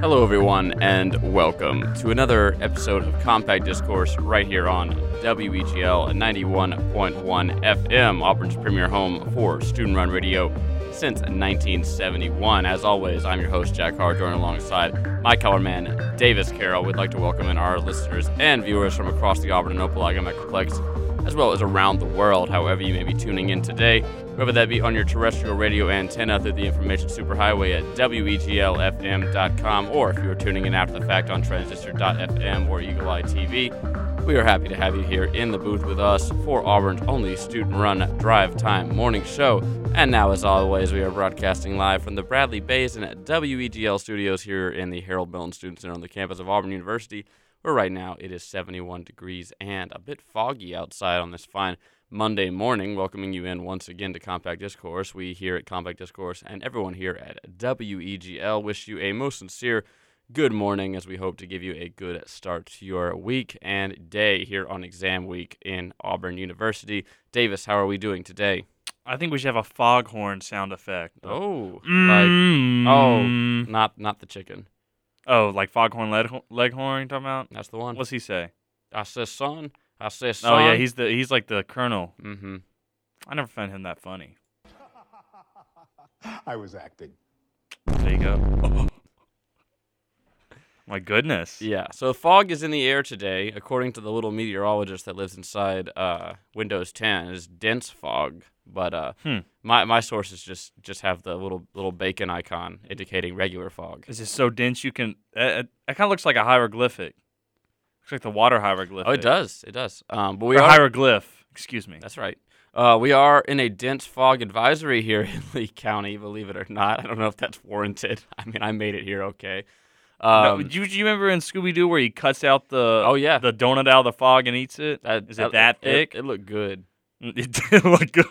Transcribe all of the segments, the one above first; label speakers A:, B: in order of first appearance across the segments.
A: Hello, everyone, and welcome to another episode of Compact Discourse right here on E WEGL 91.1 FM, Auburn's premier home for student run radio since 1971. As always, I'm your host, Jack Hart, joined alongside my color man, Davis Carroll. We'd like to welcome in our listeners and viewers from across the Auburn and Opelika Metroplex, as well as around the world, however you may be tuning in today, whether that be on your terrestrial radio antenna through the information superhighway at E weglfm.com, or if you are tuning in after the fact on transistor.fm or Eagle Eye TV. We are happy to have you here in the booth with us for Auburn's only student run drive time morning show. And now, as always, we are broadcasting live from the Bradley Bays and WEGL studios here in the Harold Milton Student Center on the campus of Auburn University, where right now it is 71 degrees and a bit foggy outside on this fine Monday morning. Welcoming you in once again to Compact Discourse. We here at Compact Discourse and everyone here at WEGL wish you a most sincere good morning as we hope to give you a good start to your week and day here on exam week in Auburn University. Davis, how are we doing today?
B: I think we should have a foghorn sound effect.
A: Oh,
B: Mm.
A: like oh, not not the chicken.
B: oh, like foghorn leg- leghorn. You talking about?
A: That's the one.
B: What's he say?
A: I said son. I said son.
B: Oh yeah, he's the he's like the colonel.
A: Mm-hmm.
B: I never found him that funny.
C: I was acting.
B: There you go. My goodness.
A: Yeah. So fog is in the air today, according to the little meteorologist that lives inside uh, Windows 10. It's dense fog, but uh,
B: Hmm.
A: my my sources just just have the little little bacon icon indicating regular fog.
B: It's just so dense you can. Uh, it it kind of looks like a hieroglyphic. Looks like the water hieroglyphic.
A: Oh, it does. It does. Um, but we
B: Or
A: are.
B: hieroglyph. Excuse me.
A: That's right. Uh, we are in a dense fog advisory here in Lee County, believe it or not. I don't know if that's warranted. I mean, I made it here okay.
B: No,
A: Um,
B: do, you, do you remember in Scooby Doo where he cuts out the
A: Oh, yeah.
B: the donut out of the fog and eats it? Is it that thick?
A: It, looked good.
B: It did look good.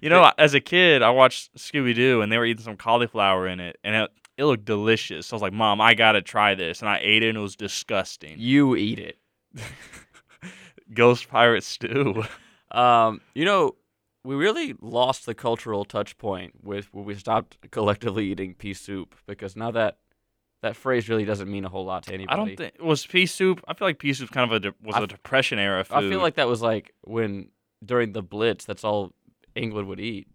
B: You know, as a kid, I watched Scooby Doo and they were eating some cauliflower in it, and it, it looked delicious. I was like, "Mom, I gotta try this," and I ate it, and it was disgusting.
A: You eat it.
B: Ghost pirate stew.
A: Um, you know, we really lost the cultural touch point with when we stopped collectively eating pea soup because now that that phrase really doesn't mean a whole lot to anybody.
B: I don't think was pea soup. I feel like pea soup's kind of a de- was
A: I
B: a depression era food.
A: I feel like that was like when during the Blitz, that's all England would eat,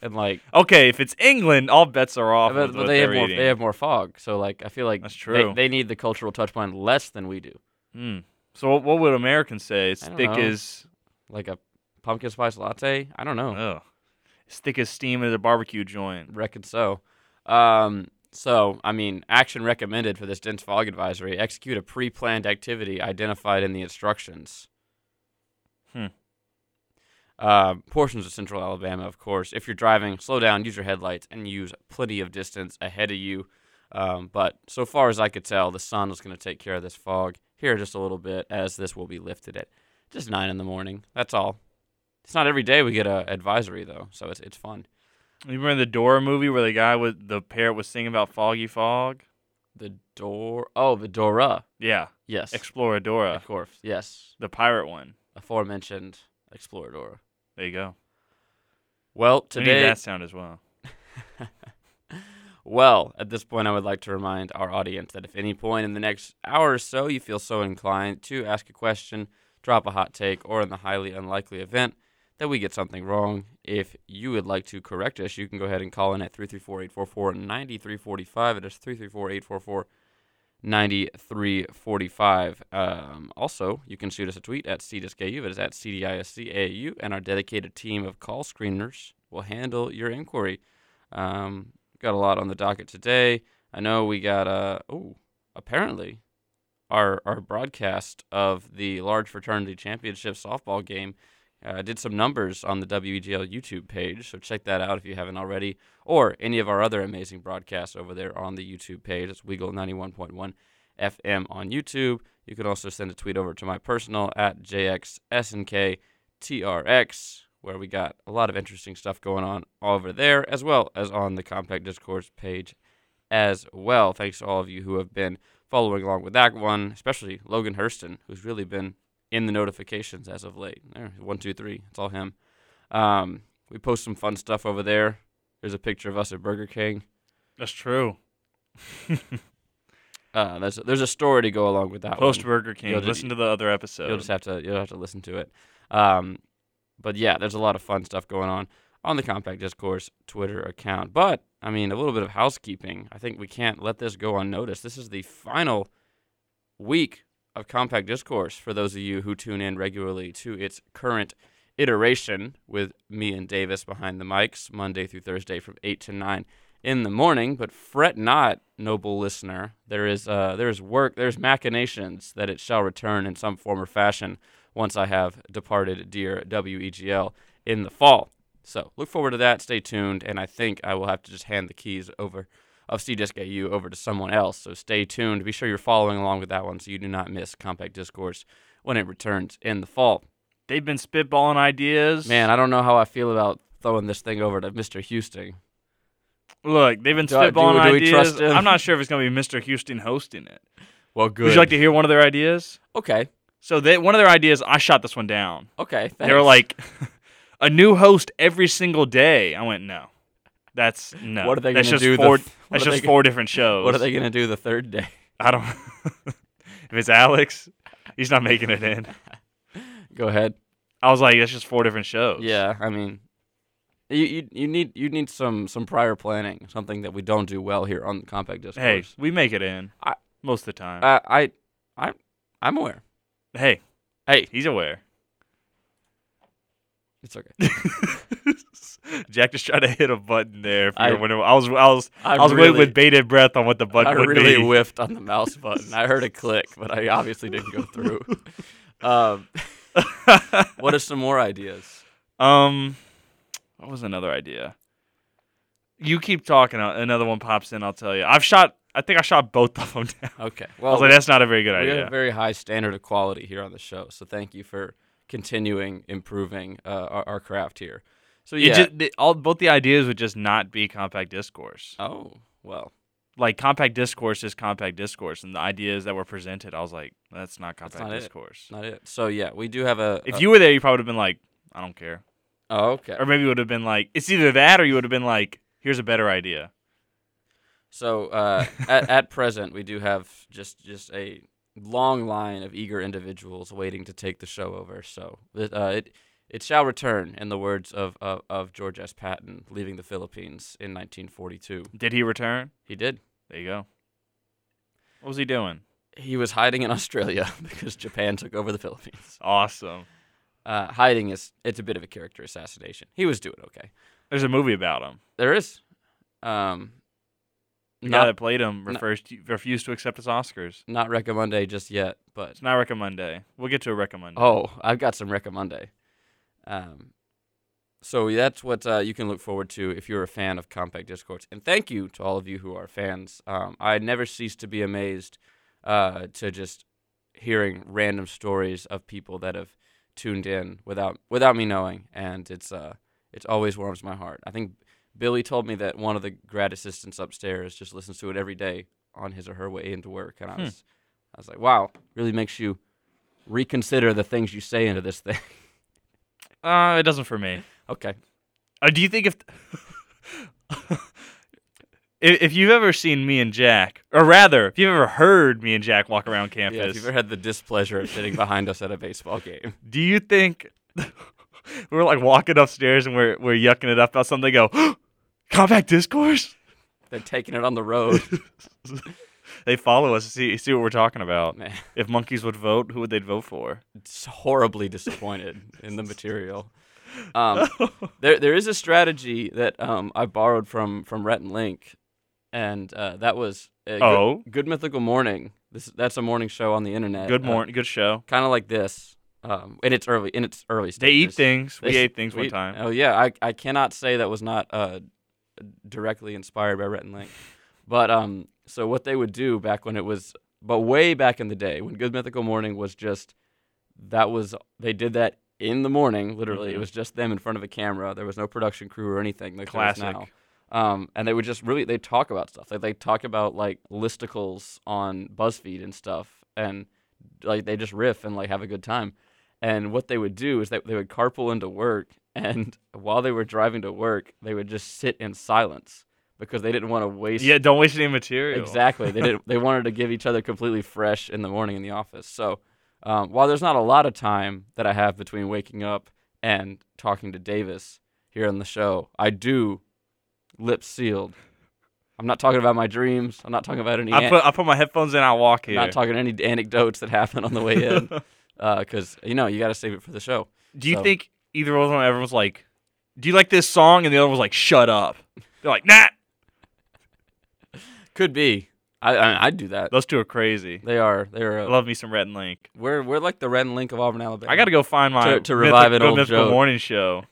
A: and like.
B: okay, if it's England, all bets are off.
A: But,
B: with
A: but
B: what
A: they have
B: they're
A: more.
B: eating.
A: They have more fog. So like, I feel like
B: That's
A: they-
B: true.
A: They, need the cultural touch point less than we do.
B: Hmm. So what, what would Americans say? It's
A: I don't
B: thick
A: know.
B: as
A: Like a pumpkin spice latte. I don't know.
B: oh, it's thick as steam at a barbecue joint.
A: Reckon so. Um, so I mean, action recommended for this dense fog advisory: execute a pre-planned activity identified in the instructions.
B: Hmm.
A: Uh, portions of central Alabama, of course. If you're driving, slow down, use your headlights, and use plenty of distance ahead of you. Um, but so far as I could tell, the sun was going to take care of this fog here just a little bit, as this will be lifted at just nine in the morning. That's all. It's not every day we get a advisory though, so it's it's fun.
B: You remember the Dora movie where the guy with the parrot was singing about foggy fog?
A: The door. Oh, the Dora.
B: Yeah,
A: Yes.
B: Exploradora,
A: Of course. Yes.
B: the pirate one.
A: Aforementioned Exploradora.
B: There you go.
A: Well,
B: Today, we need
A: today.
B: that sound as well.
A: Well, at this point, I would like to remind our audience that if any point in the next hour or so you feel so inclined to ask a question, drop a hot take, or in the highly unlikely event that we get something wrong, if you would like to correct us, you can go ahead and call in at 334 844 9345. It is 334 844 9345. Um, also, you can shoot us a tweet at CDISCAU. It is at CDISCAU, and our dedicated team of call screeners will handle your inquiry. Um, got a lot on the docket today. I know we got, uh, oh, apparently our, our broadcast of the large fraternity championship softball game uh, did some numbers on the WEGL YouTube page, so check that out if you haven't already, or any of our other amazing broadcasts over there on the YouTube page. It's Weagle 91.1 FM on YouTube. You can also send a tweet over to my personal at JXSNKTRX, where we got a lot of interesting stuff going on over there, as well as on the Compact Discourse page as well. Thanks to all of you who have been following along with that one, especially Logan Hurston, who's really been in the notifications as of late. There, one, two, three. It's all him. Um, we post some fun stuff over there. There's a picture of us at Burger King.
B: That's true.
A: Uh, there's there's a story to go along with that.
B: Post
A: one.
B: Burger King.
A: You'll just-
B: Listen to the other episode.
A: You'll just have to you'll have to listen to it. Um, but yeah, there's a lot of fun stuff going on on the Compact Discourse Twitter account. But I mean, a little bit of housekeeping. I think we can't let this go unnoticed. This is the final week of Compact Discourse for those of you who tune in regularly to its current iteration with me and Davis behind the mics Monday through Thursday from 8 to 9 in the morning but fret not noble listener there is uh there's work there's machinations that it shall return in some form or fashion once I have departed dear WEGL in the fall so look forward to that stay tuned and I think I will have to just hand the keys over of CDiscAU over to someone else. So stay tuned. Be sure you're following along with that one so you do not miss Compact Discourse when it returns in the fall.
B: They've been spitballing ideas.
A: Man, I don't know how I feel about throwing this thing over to Mr. Houston.
B: Look, they've been
A: Do I- do-
B: spitballing
A: do we
B: ideas.
A: trust him?
B: I'm not sure if it's gonna be Mr. Houston hosting it.
A: Well, good.
B: Would you like to hear one of their ideas?
A: okay.
B: So they, one of their ideas, I shot this one down.
A: Okay. Thanks.
B: They were like, a new host every single day. I went, no, that's no.
A: What are they
B: that's
A: gonna
B: just
A: do the
B: Four,
A: th- what
B: that's
A: are they
B: just
A: gonna-
B: four different shows.
A: what are they going to do the third day?
B: I don't. if it's Alex, he's not making it in.
A: Go ahead.
B: I was like, that's just four different shows.
A: Yeah, I mean, you, you, you need you need some some prior planning, something that we don't do well here on Compact Discourse.
B: Hey, we make it in
A: I-
B: most of the time.
A: Uh, I, I, I'm aware.
B: hey,
A: Hey.
B: he's aware.
A: It's okay.
B: Jack just tried to hit a button there. If
A: I-
B: I, wondering, I was, I was,
A: I
B: I was waiting
A: really-
B: with bated breath on what the button
A: I
B: would
A: really
B: be.
A: whiffed on the mouse button. I heard a click, but I obviously didn't go through. Um, what are some more ideas?
B: um, what was another idea? You keep talking. uh, Another one pops in. I'll tell you. I've shot. I think I shot both of them down.
A: Okay.
B: I
A: Well,
B: was like, that's not a very good
A: Oh. we have a
B: idea.
A: very high standard of quality here on the show, so thank you for continuing improving uh, our, our craft here. So
B: It
A: yeah.
B: just, the, all both the ideas would just not be compact discourse.
A: oh well,
B: Like compact discourse is compact discourse, and the ideas that were presented, I was like, that's not compact
A: not it. uh
B: discourse.
A: not it. So yeah, we do have a.
B: If
A: a-
B: you were there, you probably would have been like, I don't care.
A: Oh, okay.
B: Or maybe you would have been like, it's either that or you would have been like, here's a better idea.
A: So uh, at, at present, we do have just just a long line of eager individuals waiting to take the show over. So it uh, it, it shall return, in the words of, of of George S. Patton leaving the Philippines in 1942.
B: Did he return?
A: He did.
B: There you go. What was he doing?
A: He was hiding in Australia because Japan took over the Philippines.
B: Awesome.
A: Uh, hiding is it's a bit of a character assassination. He was doing okay.
B: There's a movie about him.
A: There is, um,
B: The guy
A: not
B: that played him refers to, refused to accept his Oscars.
A: not recommendé just yet, but
B: It's not recommendé. We'll get to a recommend.
A: Oh, I've got some recommendé. Um, so that's what uh, you can look forward to if you're a fan of Compact Discourse. And thank you to all of you who are fans. Um, I never cease to be amazed uh, to just hearing random stories of people that have tuned in without without me knowing, and it's uh, it's always warms my heart. I think Billy told me that one of the grad assistants upstairs just listens to it every day on his or her way into work, and I
B: Hmm.
A: was I was like, wow, really makes you reconsider the things you say into this thing.
B: Uh, it doesn't for me.
A: okay.
B: Uh, do you think if if if you've ever seen me and Jack, or rather, if you've ever heard me and Jack walk around campus,
A: Yeah, if you've ever had the displeasure of sitting behind us at a baseball game.
B: do you think we're like walking upstairs and we're we're yucking it up about something? They go, compact discourse.
A: They're taking it on the road.
B: They follow us to see see what we're talking about.
A: Man,
B: If monkeys would vote, who would they vote for?
A: it's horribly disappointed in the material. Um, there, there is a strategy that um, I borrowed from from Rhett and Link, and uh, that was uh, Good-
B: Oh.
A: Good, Mythical Morning. This that's a morning show on the internet.
B: Good morning, good show.
A: kind of like this, um, and it's early in its early
B: They eat
A: stages.
B: things. We
A: They-
B: ate things one
A: we-
B: time.
A: Oh yeah, I I cannot say that was not uh, directly inspired by Rhett and Link, but um, so what they would do back when it was, but way back in the day when Good Mythical Morning was just, that was they did that in the morning. Literally, it
B: Mhm.
A: was just them in front of a camera. There was no production crew or anything like there is
B: Classic.
A: now. Um, and they would just really they talk about stuff. Like they talk about like listicles on BuzzFeed and stuff, and like they just riff and like have a good time. And what they would do is that they would carpool into work, and while they were driving to work, they would just sit in silence because they didn't want to waste.
B: Yeah, don't waste any material.
A: Exactly. They did. They wanted to give each other completely fresh in the morning in the office. So um, while there's not a lot of time that I have between waking up and talking to Davis here on the show, I do lips sealed. I'm not talking about my dreams. I'm not talking about any.
B: I
A: an-
B: put I put my headphones in. I walk
A: I'm
B: here.
A: not talking any anecdotes that happen on the way in because you know you got to save it for the show.
B: Do you
A: So-
B: think either one of them ever was like, "Do you like this song?" and the other was like, "Shut up." They're like, "Nah."
A: Could be. I, I I'd do that.
B: Those two are crazy.
A: They are. They are.
B: I
A: uh,
B: love me some Red and Link.
A: we're we're like the Red and Link of Auburn, Alabama.
B: I got to go find my
A: To- to revive an
B: mythical,
A: old
B: mythical
A: joke.
B: morning show.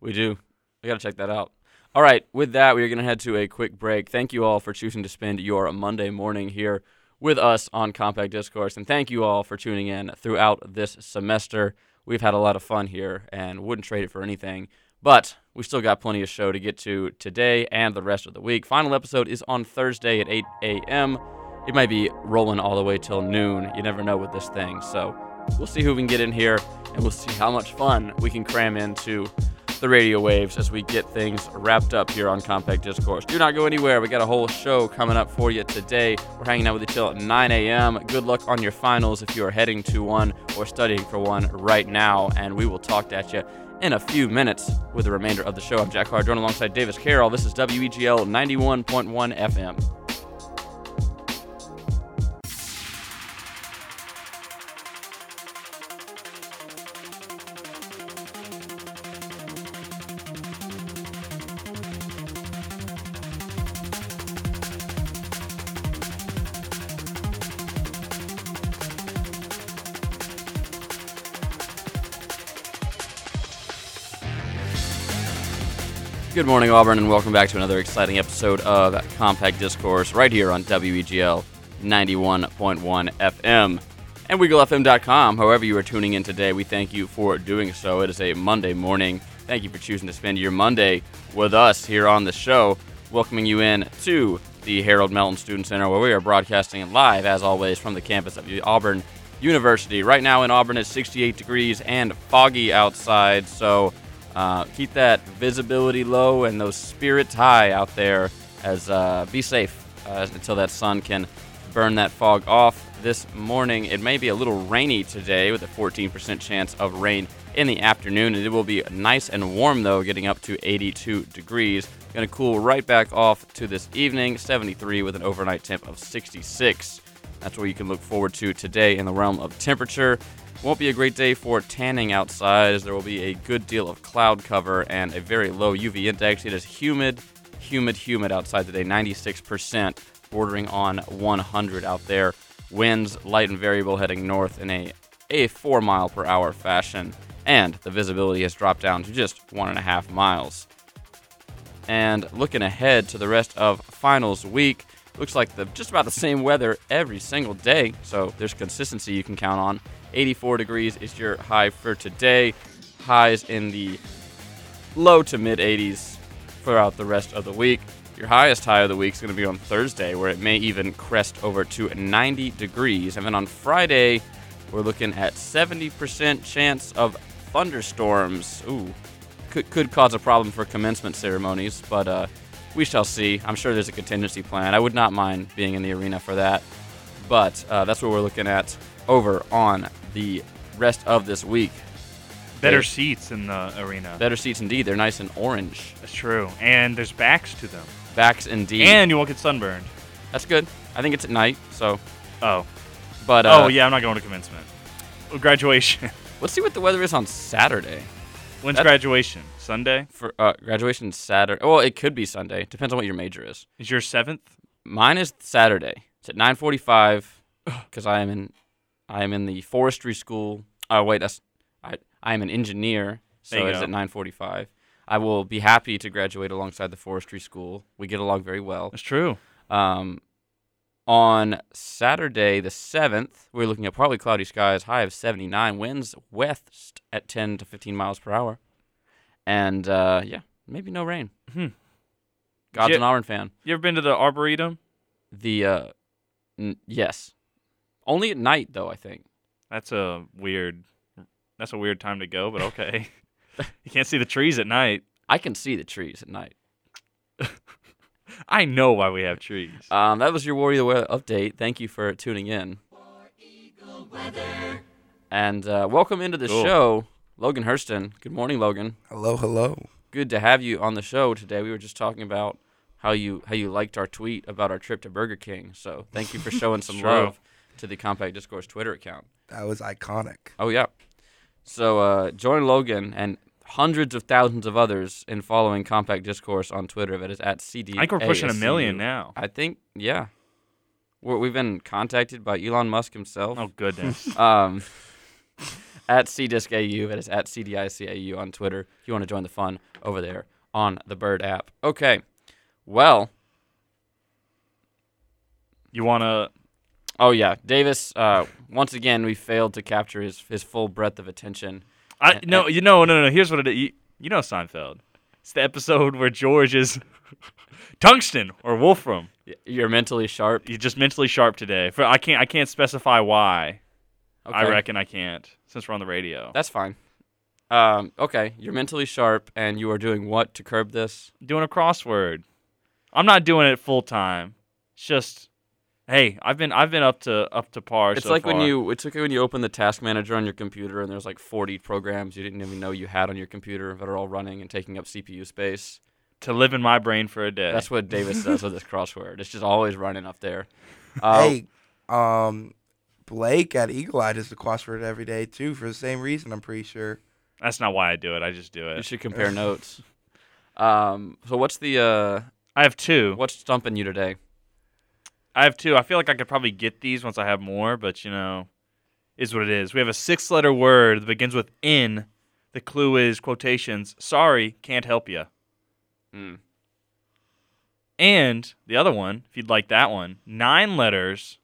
A: We do. We got to check that out. All right. With that, we are going to head to a quick break. Thank you all for choosing to spend your Monday morning here with us on Compact Discourse. And thank you all for tuning in throughout this semester. We've had a lot of fun here and wouldn't trade it for anything. But we still got plenty of show to get to today and the rest of the week. Final episode is on Thursday at 8 a.m. It might be rolling all the way till noon. You never know with this thing. So we'll see who we can get in here and we'll see how much fun we can cram into the radio waves as we get things wrapped up here on Compact Discourse. Do not go anywhere. We got a whole show coming up for you today. We're hanging out with you till 9 a.m. Good luck on your finals if you are heading to one or studying for one right now. And we will talk at you in a few minutes with the remainder of the show. I'm Jack Cardone alongside Davis Carroll. This is E WEGL 91.1 FM. Good morning, Auburn, and welcome back to another exciting episode of Compact Discourse right here on E WEGL 91.1 FM and WeagleFM.com. However, you are tuning in today, we thank you for doing so. It is a Monday morning. Thank you for choosing to spend your Monday with us here on the show, welcoming you in to the Harold Melton Student Center, where we are broadcasting live, as always, from the campus of Auburn University. Right now in Auburn, it's 68 degrees and foggy outside, so. Uh, keep that visibility low and those spirits high out there. As uh, be safe uh, until that sun can burn that fog off. This morning, it may be a little rainy today, with a 14% chance of rain in the afternoon. And it will be nice and warm though, getting up to 82 degrees. Going to cool right back off to this evening, 73 with an overnight temp of 66. That's what you can look forward to today in the realm of temperature. Won't be a great day for tanning outside as there will be a good deal of cloud cover and a very low UV index. It is humid, humid, humid outside today, 96%, bordering on 100 out there. Winds light and variable heading north in a, a 4 mile per hour fashion, and the visibility has dropped down to just 1.5 miles and looking ahead to the rest of finals week looks like the just about the same weather every single day so there's consistency you can count on 84 degrees is your high for today highs in the low to mid 80s throughout the rest of the week your highest high of the week is going to be on thursday where it may even crest over to 90 degrees and then on friday we're looking at 70% chance of thunderstorms ooh could, could cause a problem for commencement ceremonies, but uh, we shall see. I'm sure there's a contingency plan. I would not mind being in the arena for that, but uh, that's what we're looking at over on the rest of this week.
B: Better
A: They-
B: seats in the arena.
A: Better seats indeed. They're nice and orange.
B: That's true. And there's backs to them.
A: Backs indeed.
B: And you won't get sunburned.
A: that's good. I think it's at night, so.
B: Oh.
A: But uh,
B: oh yeah, I'm not going to commencement. Oh, Graduation.
A: let's see what the weather is on Saturday.
B: When's
A: That-
B: graduation? Sunday.
A: For uh, graduation Saturday. Well, it could be Sunday. Depends on what your major is.
B: Is your seventh?
A: Mine is Saturday. It's at 9:45 because I am in I am in the forestry school. Oh wait, that's I I am an engineer,
B: There
A: so
B: you
A: it's
B: go.
A: at 9:45. I will be happy to graduate alongside the forestry school. We get along very well.
B: That's true.
A: Um, on Saturday the 7th, we're looking at partly cloudy skies, high of 79, winds west at 10 to 15 miles per hour. And uh, yeah, maybe no rain.
B: Hmm.
A: God's
B: Yeah.
A: an Auburn fan.
B: You ever been to the arboretum?
A: The uh n- yes. Only at night though, I think.
B: That's a weird. That's a weird time to go, but okay. you can't see the trees at night.
A: I can see the trees at night.
B: I know why we have trees.
A: Um, that was your Warrior Weather update. Thank you for tuning in. And uh, welcome into the
B: Cool.
A: show, Logan Hurston. Good morning, Logan.
C: Hello, hello.
A: Good to have you on the show today. We were just talking about how you how you liked our tweet about our trip to Burger King. So thank you for showing some
B: True.
A: love to the Compact Discourse Twitter account.
C: That was iconic.
A: Oh yeah. So uh, join Logan and hundreds of thousands of others in following Compact Discourse on Twitter. That is at CD.
B: I think we're pushing a million now.
A: I think yeah. We're, we've been contacted by Elon Musk himself.
B: Oh goodness.
A: Um, at CDiscAU, that is at CDICAU on Twitter. If you want to join the fun over there on the Bird app. Okay. Well,
B: you wanna?
A: oh yeah, Davis. Uh, once again, we failed to capture his his full breadth of attention.
B: I no. You know no no. Here's what it is. You, you know Seinfeld. It's the episode where George is tungsten or wolfram.
A: Y- You're mentally sharp.
B: You're just mentally sharp today. For I can't I can't specify why. I
A: Okay.
B: reckon I can't since we're on the radio.
A: That's fine. Um, okay, you're mentally sharp, and you are doing what to curb this?
B: doing a crossword. I'm not doing it full time. It's just hey, I've been I've been up to up to par.
A: It's
B: so
A: like when
B: far.
A: you it's like when you open the task manager on your computer, and there's like 40 programs you didn't even know you had on your computer that are all running and taking up CPU space.
B: to live in my brain for a day.
A: That's what Davis does with this crossword. It's just always running up there. Uh,
C: hey, um, Blake at Eagle Eye does the crossword every day too for the same reason. I'm pretty sure.
B: That's not why I do it. I just do
A: Um, You
B: it.
A: should compare notes. Um, so what's the uh,
B: I have two.
A: what's stumping you today?
B: I have two. I feel like I could probably get these once I have more, but you know, is what it is. We have a six-letter word that begins with N. The clue is quotations. Sorry, can't help you.
A: Mm.
B: And the other one, if you'd like that one, nine letters.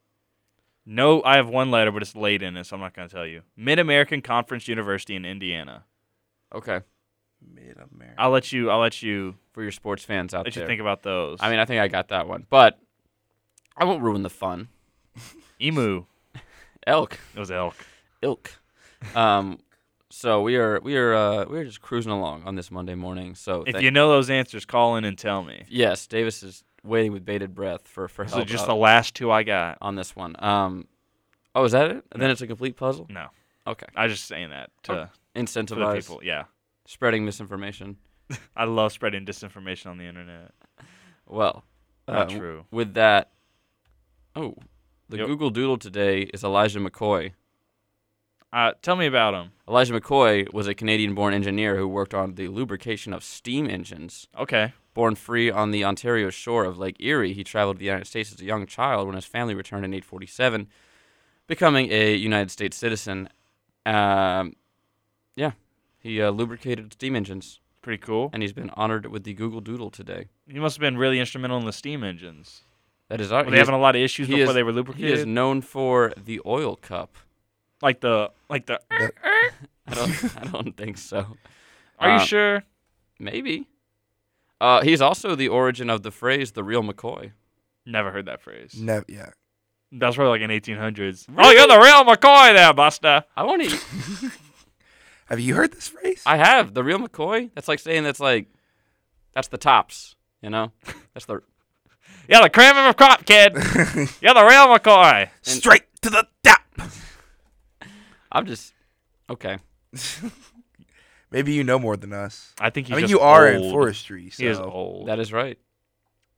B: No, I have one letter, but it's late in it, so I'm not going to tell you. Mid American Conference University in Indiana.
A: Okay,
C: Mid America.
B: I'll let you. I'll let you.
A: for your sports fans out
B: Let
A: there.
B: you think about those.
A: I mean, I think I got that one, but I won't ruin the fun.
B: emu.
A: Elk.
B: It was elk.
A: ilk. Um, so we are we are uh, we are just cruising along on this Monday morning. So
B: If
A: thank-
B: you know those answers, call in and tell me.
A: yes, Davis is waiting with bated breath for for
B: So
A: help
B: just
A: uh,
B: the last two I got.
A: on this one. Um, oh, is that it? And then it's a complete puzzle.
B: No,
A: Okay,
B: I was just saying that to, to Mm. the
A: incentivize
B: people. Yeah,
A: spreading misinformation.
B: I love spreading disinformation on the internet.
A: Well,
B: Not
A: uh,
B: true.
A: With that, oh, the
B: Yep.
A: Google Doodle today is Elijah McCoy.
B: Uh, tell me about them.
A: Elijah McCoy was a Canadian-born engineer who worked on the lubrication of steam engines.
B: Okay.
A: Born free on the Ontario shore of Lake Erie, he traveled to the United States as a young child when his family returned in 847, becoming a United States citizen. Um, yeah, he uh, lubricated steam engines,
B: Pretty cool.
A: and he's been honored with the Google Doodle today.
B: He must have been really instrumental in the steam engines.
A: That is our.
B: Were
A: he
B: they
A: is-
B: having a lot of issues
A: he
B: before
A: is-
B: they were
A: he is
B: lubricated?
A: known for the oil cup.
B: like the like the.
A: I don't, I don't think so.
B: Are
A: Uh,
B: you sure?
A: Maybe. Uh, he's also the origin of the phrase "the real McCoy."
B: Never heard that phrase.
C: Nev- yeah.
B: That's probably like in 1800s. Oh, you're the real McCoy there, Buster.
A: I want to.
C: Have you heard this phrase?
A: I have the real McCoy. That's like saying that's like, that's the tops. You know, that's the
B: You're the cream of crop, kid. you're the real McCoy.
C: Straight to the top.
A: I'm just okay.
C: Maybe you know more than us.
B: I think he's
C: I mean,
B: just
C: you are
B: old.
C: in forestry, so
B: He is old.
A: That is right.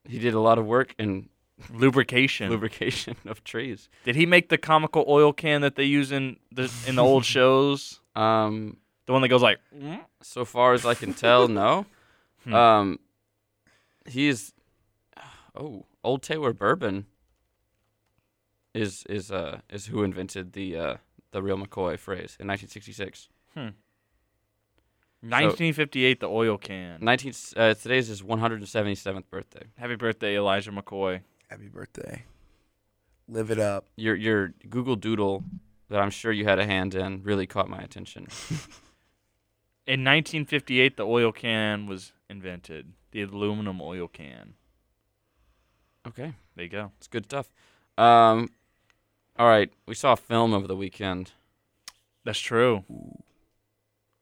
A: He did a lot of work in
B: Lubrication.
A: lubrication of trees.
B: Did he make the comical oil can that they use in the in the old shows?
A: Um,
B: The one that goes like.
A: so far as I can tell, no.
B: Hmm.
A: Um, he is. Oh, Old Taylor Bourbon. Is is uh is who invented the uh the real McCoy phrase in 1966.
B: 1958, the oil can.
A: 19 uh, today's his 177th birthday.
B: Happy birthday, Elijah McCoy.
C: Happy birthday. Live it up.
A: your your Google Doodle that I'm sure you had a hand in really caught my attention.
B: In 1958, the oil can was invented. The aluminum oil can.
A: Okay,
B: There you go.
A: it's good stuff. Um, all right, we saw a film over the weekend.
B: That's true.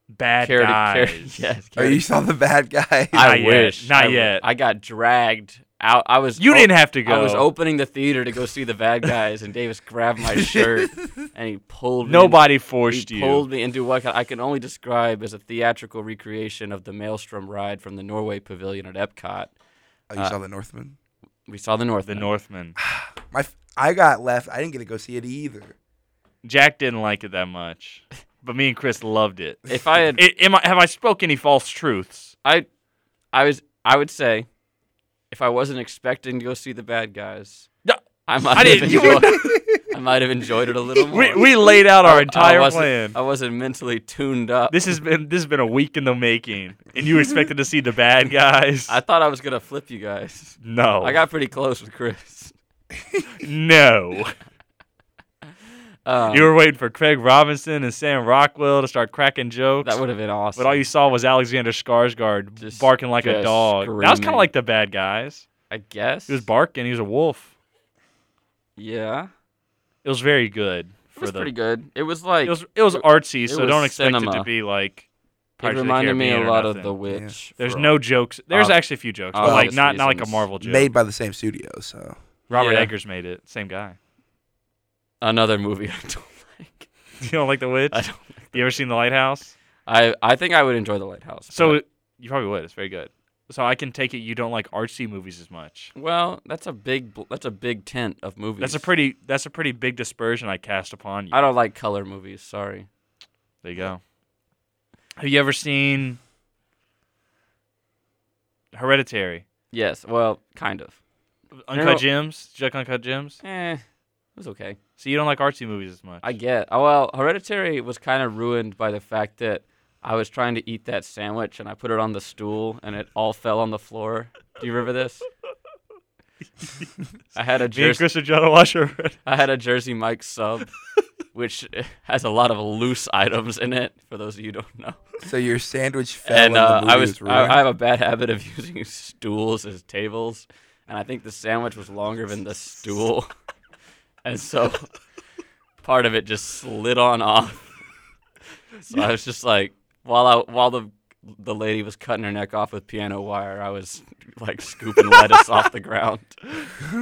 B: Bad
A: Carrot-
B: guys.
A: carrot- yes,
C: Oh,
A: carrot-
C: you saw the bad guy.
A: I
B: Not yet,
A: wish.
B: not
A: I, wi-
B: yet.
A: I got dragged out. I was
B: You
A: o-
B: didn't have to go.
A: Oh, I was opening the theater to go see the bad guys, and Davis grabbed my shirt and he pulled. me in-
B: Nobody
A: He
B: forced you.
A: pulled me into what I can only describe as a theatrical recreation of the Maelstrom ride from the Norway Pavilion at Epcot.
C: Oh, you
A: Uh,
C: saw the Northman.
A: We saw the North.
B: the Northman.
C: My f- I got left. I didn't get to go see it either.
B: Jack didn't like it that much, but me and Chris loved it.
A: If I had,
B: I- am I, have I spoke any false truths?
A: I, I was, I would say, if I wasn't expecting to go see the bad guys,
B: No,
A: I might
B: I
A: have
B: didn't- you
A: enjoyed. I might have enjoyed it a little more.
B: We, we laid out our
A: Oh, I- I
B: entire
A: wasn't-
B: plan.
A: I wasn't mentally tuned up.
B: This has been this has been a week in the making, and you expected to see the bad guys.
A: I thought I was gonna flip you guys.
B: no,
A: I got pretty close with Chris.
B: no.
A: Um,
B: you were waiting for Craig Robinson and Sam Rockwell to start cracking jokes.
A: that would have been awesome.
B: but all you saw was Alexander Skarsgård
A: Just-
B: barking like a
A: just
B: dog. That was kind
A: screaming.
B: of like the bad guys.
A: I guess.
B: He was barking. He was a wolf.
A: yeah,
B: It was very good.
A: it
B: For
A: was
B: the,
A: pretty good. It was like
B: It was it was artsy,
A: it
B: so
A: was
B: don't expect it
A: cinema.
B: to be
A: It
B: like. Pirates of the
A: reminded me a
B: Caribbean or
A: lot of
B: nothing.
A: The Um, Witch.
B: There's
A: for-
B: no jokes. There's
A: Ob-
B: actually a few jokes, but
C: Well,
B: like not not like a
A: reasons.
B: Marvel joke.
C: Made by the same studio, so
B: Robert
A: Yeah.
B: Eggers made it. Same guy.
A: another movie I don't like.
B: You don't like The Witch?
A: I don't.
B: You ever seen The Lighthouse?
A: I I think I would enjoy The Lighthouse.
B: So
A: but-
B: you probably would. It's very good. So I can take it you don't like artsy movies as much.
A: well, that's a big bl- that's a big tent of movies.
B: That's a pretty that's a pretty big dispersion I cast upon you.
A: I don't like color movies. Sorry.
B: There you go. Have you ever seen Hereditary?
A: Yes. Well, kind of.
B: Uncut
A: no.
B: Gems? Did you like Uncut Gems?
A: Eh, it was okay.
B: So you don't like artsy movies as much.
A: I get. Oh, well, Hereditary was kind of ruined by the fact that I was trying to eat that sandwich and I put it on the stool and it all fell on the floor. Do you remember this? I had a
B: Me and
A: jersey.
B: Chris are trying to watch Hereditary.
A: I had a Jersey Mike sub, which has a lot of loose items in it. For those of you who don't know,
C: so your sandwich fell
A: and
C: and,
A: uh,
C: the movie
A: I was
C: ruined.
A: I, I have a bad habit of using stools as tables, and I think the sandwich was longer than the stool, and so part of it just slid on off. So I was just like, while I while the the lady was cutting her neck off with piano wire, I was like scooping lettuce off the ground.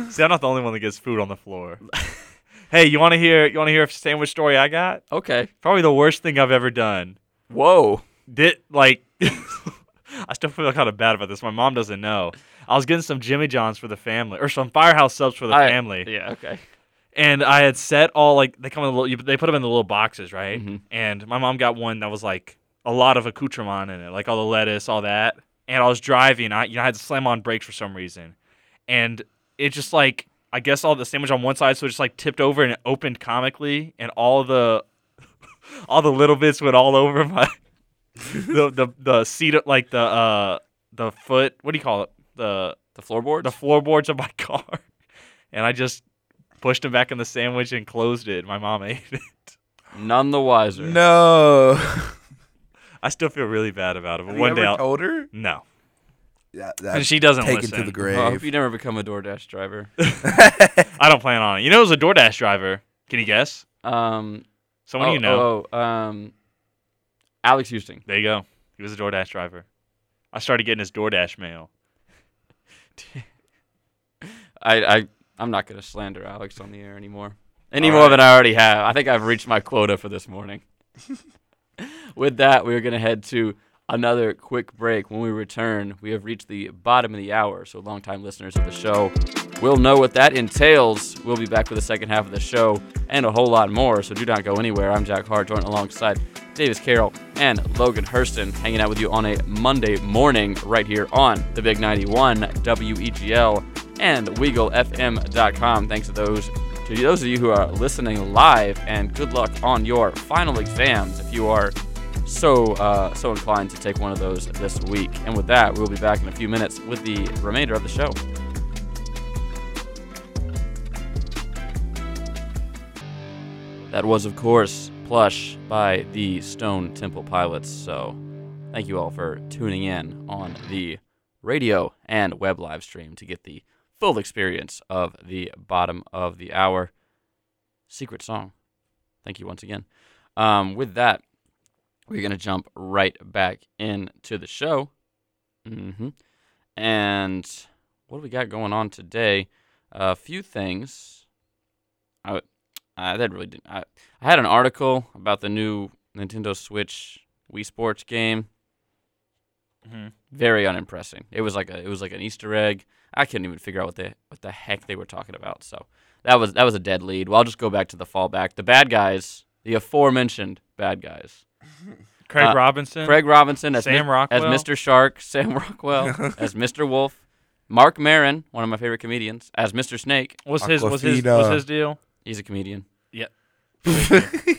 B: See, I'm not the only one that gets food on the floor. hey, you want to hear? You want to hear a sandwich story I got?
A: Okay,
B: Probably the worst thing I've ever done.
A: whoa,
B: Did like, I still feel kind of bad about this. My mom doesn't know. I was getting some Jimmy John's for the family, or some Firehouse subs for the
A: I-
B: family,
A: yeah, okay,
B: and I had set all like they come in the little, you- they put them in the little boxes, right?
A: Mhm.
B: And my mom got one that was like a lot of accoutrement in it, like all the lettuce, all that. And I was driving, I you know I had to slam on brakes for some reason, and it just like I guess all the sandwich on one side, so it just like tipped over and it opened comically, and all the all the little bits went all over my the the the seat of- like the uh the foot what do you call it the
A: the floorboards.
B: the floorboards of my car, and I just pushed them back in the sandwich and closed it. My mom ate it.
A: None the wiser.
C: no.
B: I still feel really bad about it, but
C: Have you
B: one day
C: ever
B: I'll,
C: told her?
B: no,
C: That,
B: and
C: that's
B: she doesn't
C: taken
B: listen.
C: to the
A: Well, I hope
C: grave.
A: you never become a DoorDash driver.
B: I don't plan on it. You know, it was a DoorDash driver. Can you guess?
A: Um,
B: Someone
A: oh,
B: you know.
A: Oh, oh, um, Alex Houston.
B: There you go. He was a DoorDash driver. I started getting his DoorDash mail.
A: I, I, I'm not gonna slander Alex on the air anymore. Any more than I already have. I think I've reached my quota for this morning. With that, we are gonna head to another quick break. When we return, we have reached the bottom of the hour. So, longtime listeners of the show will know what that entails. We'll be back for the second half of the show and a whole lot more. So, do not go anywhere. I'm Jack Hart, joined alongside Davis Carroll and Logan Hurston, hanging out with you on a Monday morning right here on the Big 91 WEGL E and WeagleFM.com. Thanks to those to those of you who are listening live, and good luck on your final exams if you are so uh, so inclined to take one of those this week. And with that, we'll be back in a few minutes with the remainder of the show. That was, of course, Plush by the Stone Temple Pilots. So, thank you all for tuning in on the radio and web live stream to get the full experience of the bottom of the hour secret song. Thank you once again. Um, with that, we're going to jump right back into the show. hmm Mm-hmm. And what do we got going on today? A few things. I, I that really didn't. I, I had an article about the new Nintendo Switch Wii Sports game. Mm-hmm.
B: Mhm.
A: Very unimpressive. It was like a it was like an Easter egg. I couldn't even figure out what they what the heck they were talking about. So that was that was a dead lead. Well, I'll just go back to the fallback. The bad guys, the aforementioned bad guys.
B: Craig
A: Uh,
B: Robinson.
A: Craig Robinson as
B: Sam
A: Mis-
B: Rockwell.
A: as Mr. Shark, Sam Rockwell as Mr. Wolf, Mark Marin, one of my favorite comedians, as Mr. Snake.
B: was his was his was
C: Aquafina.
B: his deal?
A: He's a comedian.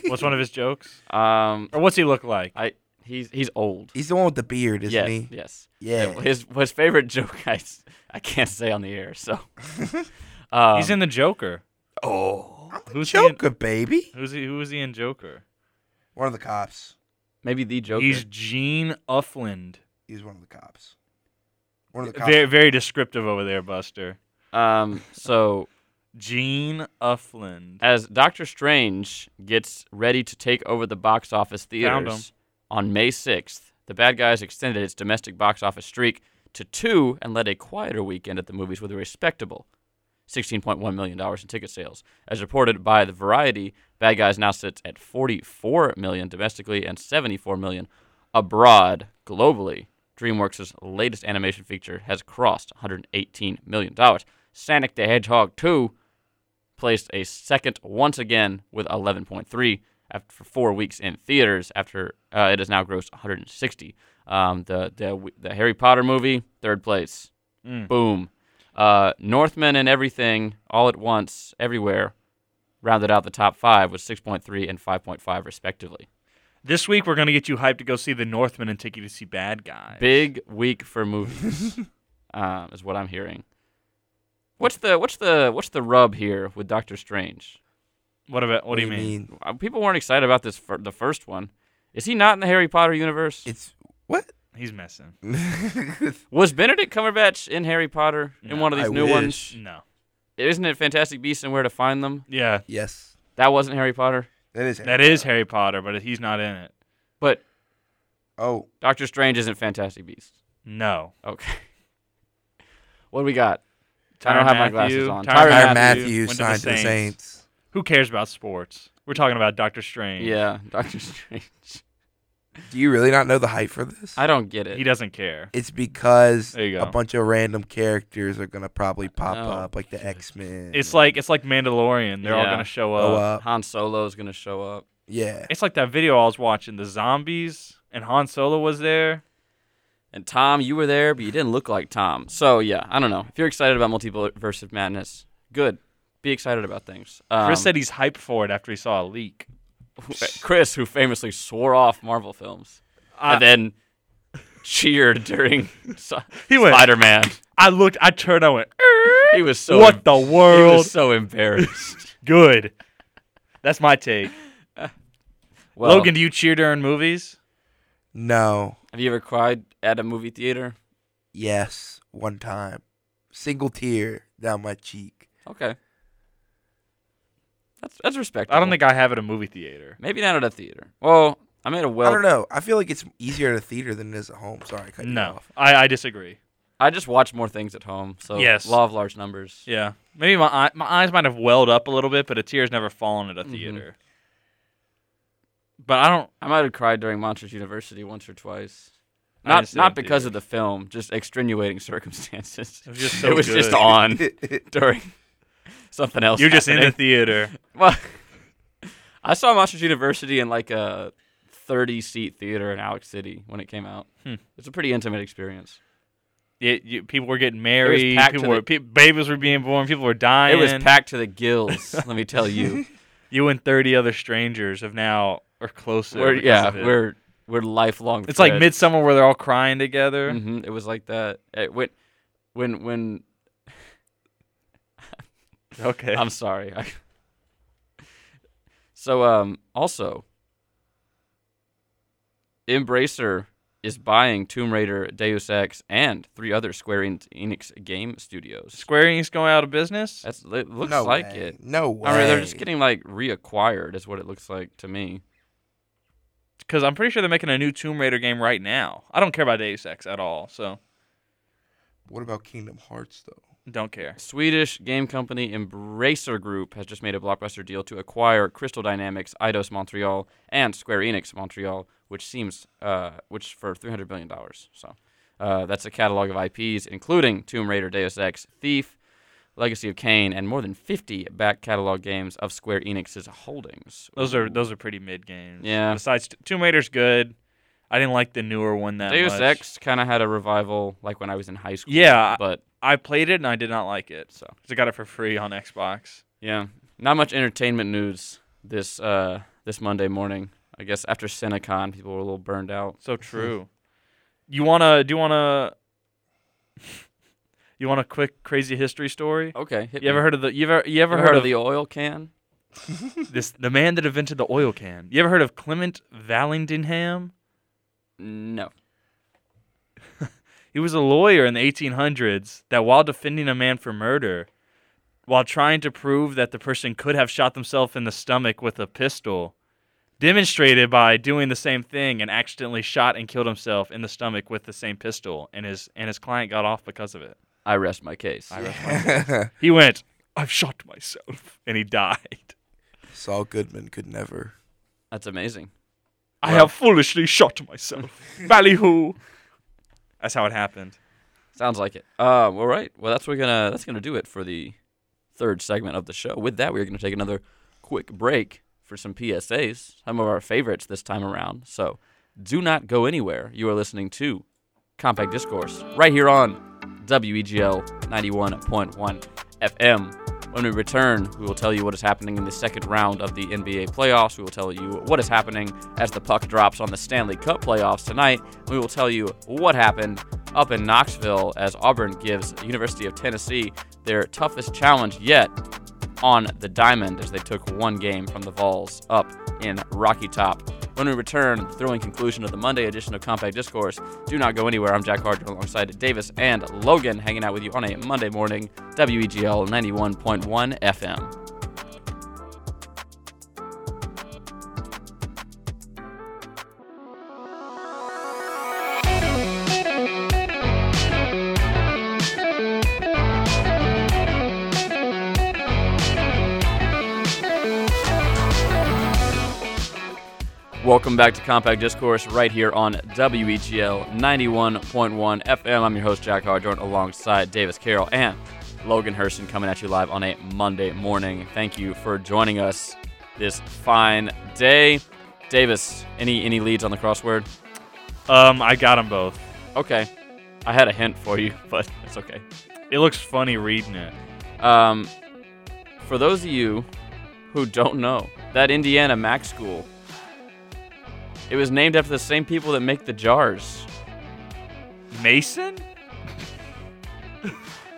B: What's one of his jokes?
A: Um,
B: Or what's he look like?
A: I he's he's old.
C: He's the one with the beard, isn't
A: yes,
C: he?
A: yes.
C: Yeah.
A: His his favorite joke I, s- I can't say on the air. So um,
B: He's in the Joker.
C: Oh, I'm the
B: Who's he in-
C: Joker, baby.
B: Who's he? Who is he in Joker?
C: One of the cops.
A: maybe the joke.
B: He's Gene Uffland.
C: He's one of the cops. One of the cops.
B: Very very descriptive over there, Buster.
A: Um, so
B: Gene Uffland.
A: as Doctor Strange gets ready to take over the box office
B: Found
A: theaters on May 6th, the bad guys extended its domestic box office streak to two and led a quieter weekend at the movies with a respectable $16.1 million in ticket sales. As reported by The Variety, Bad Guys now sits at $44 million domestically and $74 million abroad globally. DreamWorks' latest animation feature has crossed $118 million. Sonic the Hedgehog 2 placed a second once again with 11.3 after for four weeks in theaters. After uh, it has now grossed 160. Um, the the the Harry Potter movie third place.
B: Mm.
A: Boom. Uh, Northman and everything all at once everywhere rounded out the top five with 6.3 and 5.5 respectively.
B: This week we're gonna get you hyped to go see The Northman and take you to see Bad Guys.
A: Big week for movies, um, is what I'm hearing. What's the what's the what's the rub here with Doctor Strange?
B: What about? What, do you mean?
A: Uh, People weren't excited about this fir- the first one. Is he not in the Harry Potter universe?
C: It's what?
B: He's messing.
A: Was Benedict Cumberbatch in Harry Potter in
B: No,
A: one of these
C: I
A: new
C: wish.
A: ones?
B: No.
A: Isn't it Fantastic Beasts and Where to Find Them?
B: Yeah,
C: yes.
A: That wasn't Harry Potter.
C: That is. Harry
B: that is
C: Potter.
B: Harry Potter, but he's not in it.
A: But
C: Oh,
A: Doctor Strange isn't Fantastic Beasts.
B: No.
A: Okay. what do we got? I don't have my glasses on.
B: Tyron,
A: Tyrann
C: Tyron
B: Matthew,
C: Matthew
B: went
C: signed
B: to the Saints. Who cares about sports? We're talking about Doctor Strange.
A: Yeah, Doctor Strange.
C: Do you really not know the hype for this?
A: I don't get it.
B: He doesn't care.
C: It's because
B: There you
C: a
B: go.
C: bunch of random characters are gonna probably pop
A: know.
C: up, like the X Men.
B: It's like it's like Mandalorian. They're all
A: Yeah.
B: gonna show up.
C: oh, up.
A: Han Solo's gonna show up.
C: yeah.
B: It's like that video I was watching. The zombies and Han Solo was there.
A: And Tom, you were there, but you didn't look like Tom. So yeah, I don't know. If you're excited about Multiverse of Madness, good. Be excited about things. Um,
B: Chris said he's hyped for it after he saw a leak.
A: Chris, who famously swore off Marvel films
B: I,
A: and then cheered during
B: He went-
A: Spider Man.
B: I looked. I turned. I went. "Er,
A: He was so
B: what the
A: he
B: world?
A: was so embarrassed.
B: Good. That's my take.
A: Well,
B: Logan, do you cheer during movies?
C: No.
A: have you ever cried at a movie theater?
C: Yes. One time, single tear down my cheek.
A: Okay, that's that's respectable.
B: I don't think I have at a movie theater.
A: maybe not at a theater. Well, I made a well.
C: I don't know. I feel like it's easier at a theater than it is at home. Sorry, I cut you
B: No,
C: off.
B: I, I disagree.
A: I just watch more things at home. So
B: Yes.
A: law of large numbers.
B: Yeah, maybe my eye, my eyes might have welled up a little bit, but a tear's never fallen at a theater. But I don't.
A: I might have cried during Monsters University once or twice.
B: I didn't
A: Not
B: see
A: not
B: that in
A: because of the
B: theaters.
A: film, just extenuating circumstances.
B: It was just so
A: it was just
B: good.
A: on during something else.
B: You're just in the
A: happening.
B: theater.
A: Well, I saw Monsters University in like a 30 seat theater in Alex City when it came out.
B: Hmm.
A: It's a pretty intimate experience.
B: It, you, people were getting married.
A: packed
B: People
A: to the-
B: were pe- babies were being born. People were dying.
A: it was packed to the gills, let me tell you.
B: You and thirty other strangers have now are closer.
A: we're
B: because
A: yeah,
B: of it.
A: we're we're lifelong.
B: It's like
A: friends.
B: midsummer where they're all crying together.
A: hmm It was like that. It went, when when
B: Okay.
A: I'm sorry. I, so um also Embracer is buying Tomb Raider, Deus Ex, and three other Square En- Enix game studios.
B: Square Enix going out of business.
A: That's it looks
C: no
A: like
C: way.
A: it.
C: No way.
A: I mean, they're just getting like reacquired, is what it looks like to me.
B: Because I'm pretty sure they're making a new Tomb Raider game right now. I don't care about Deus Ex at all. So
C: What about Kingdom Hearts though?
B: Don't care.
A: Swedish game company Embracer Group has just made a blockbuster deal to acquire Crystal Dynamics, Eidos Montreal, and Square Enix Montreal, which seems uh, which for 300 billion dollars. So uh, that's a catalog of IPs including Tomb Raider, Deus Ex, Thief, Legacy of Kain, and more than 50 back catalog games of Square Enix's holdings.
B: Those are
A: Ooh.
B: those are pretty mid games.
A: Yeah.
B: Besides, T- Tomb Raider's good. I didn't like the newer one that
A: Deus
B: much.
A: Ex kind of had a revival like when I was in high school.
B: Yeah.
A: but
B: I played it and I did not like it.
A: so
B: So I got it for free on Xbox.
A: Yeah, not much entertainment news this uh, this Monday morning. I guess after Cinecon, people were a little burned out.
B: So true. you wanna? Do you wanna? you want a quick crazy history story?
A: Okay, Oh, hit
B: You ever heard of the? You ever? You ever
A: Ever
B: heard, of,
A: the oil can?
B: this? The man that invented the oil can. You ever heard of Clement Vallandigham?
A: No.
B: He was a lawyer in the 1800s that, while defending a man for murder, while trying to prove that the person could have shot themselves in the stomach with a pistol, demonstrated by doing the same thing and accidentally shot and killed himself in the stomach with the same pistol, and his and his client got off because of it.
A: I rest my case.
B: He went, "I've shot myself," and he died.
C: Saul Goodman could never.
A: That's amazing.
B: I have foolishly shot myself. Ballyhoo. That's how it happened.
A: Sounds like it. Um, all right. Well, that's we're gonna that's gonna do it for the third segment of the show. With that, we're gonna take another quick break for some PSAs, some of our favorites this time around. So, do not go anywhere. You are listening to Compact Discourse right here on E WEGL ninety one point one FM. When we return, we will tell you what is happening in the second round of the NBA playoffs. We will tell you what is happening as the puck drops on the Stanley Cup playoffs tonight. We will tell you what happened up in Knoxville as Auburn gives the University of Tennessee their toughest challenge yet on the diamond as they took one game from the Vols up in Rocky Top. When we return, the thrilling conclusion of the Monday edition of Compact Discourse. Do not go anywhere. I'm Jack Harden alongside Davis and Logan, hanging out with you on a Monday morning, E WEGL 91.1 FM. Welcome back to Compact Discourse right here on E WEGL 91.1 FM. I'm your host, Jack Hardorn, alongside Davis Carroll and Logan Hurston coming at you live on a Monday morning. Thank you for joining us this fine day. Davis, any any leads on the crossword?
B: Um, I got them both.
A: Okay. I had a hint for you, but it's okay.
B: It looks funny reading it.
A: Um, for those of you who don't know, that Indiana Mac School, it was named after the same people that make the jars.
B: Mason?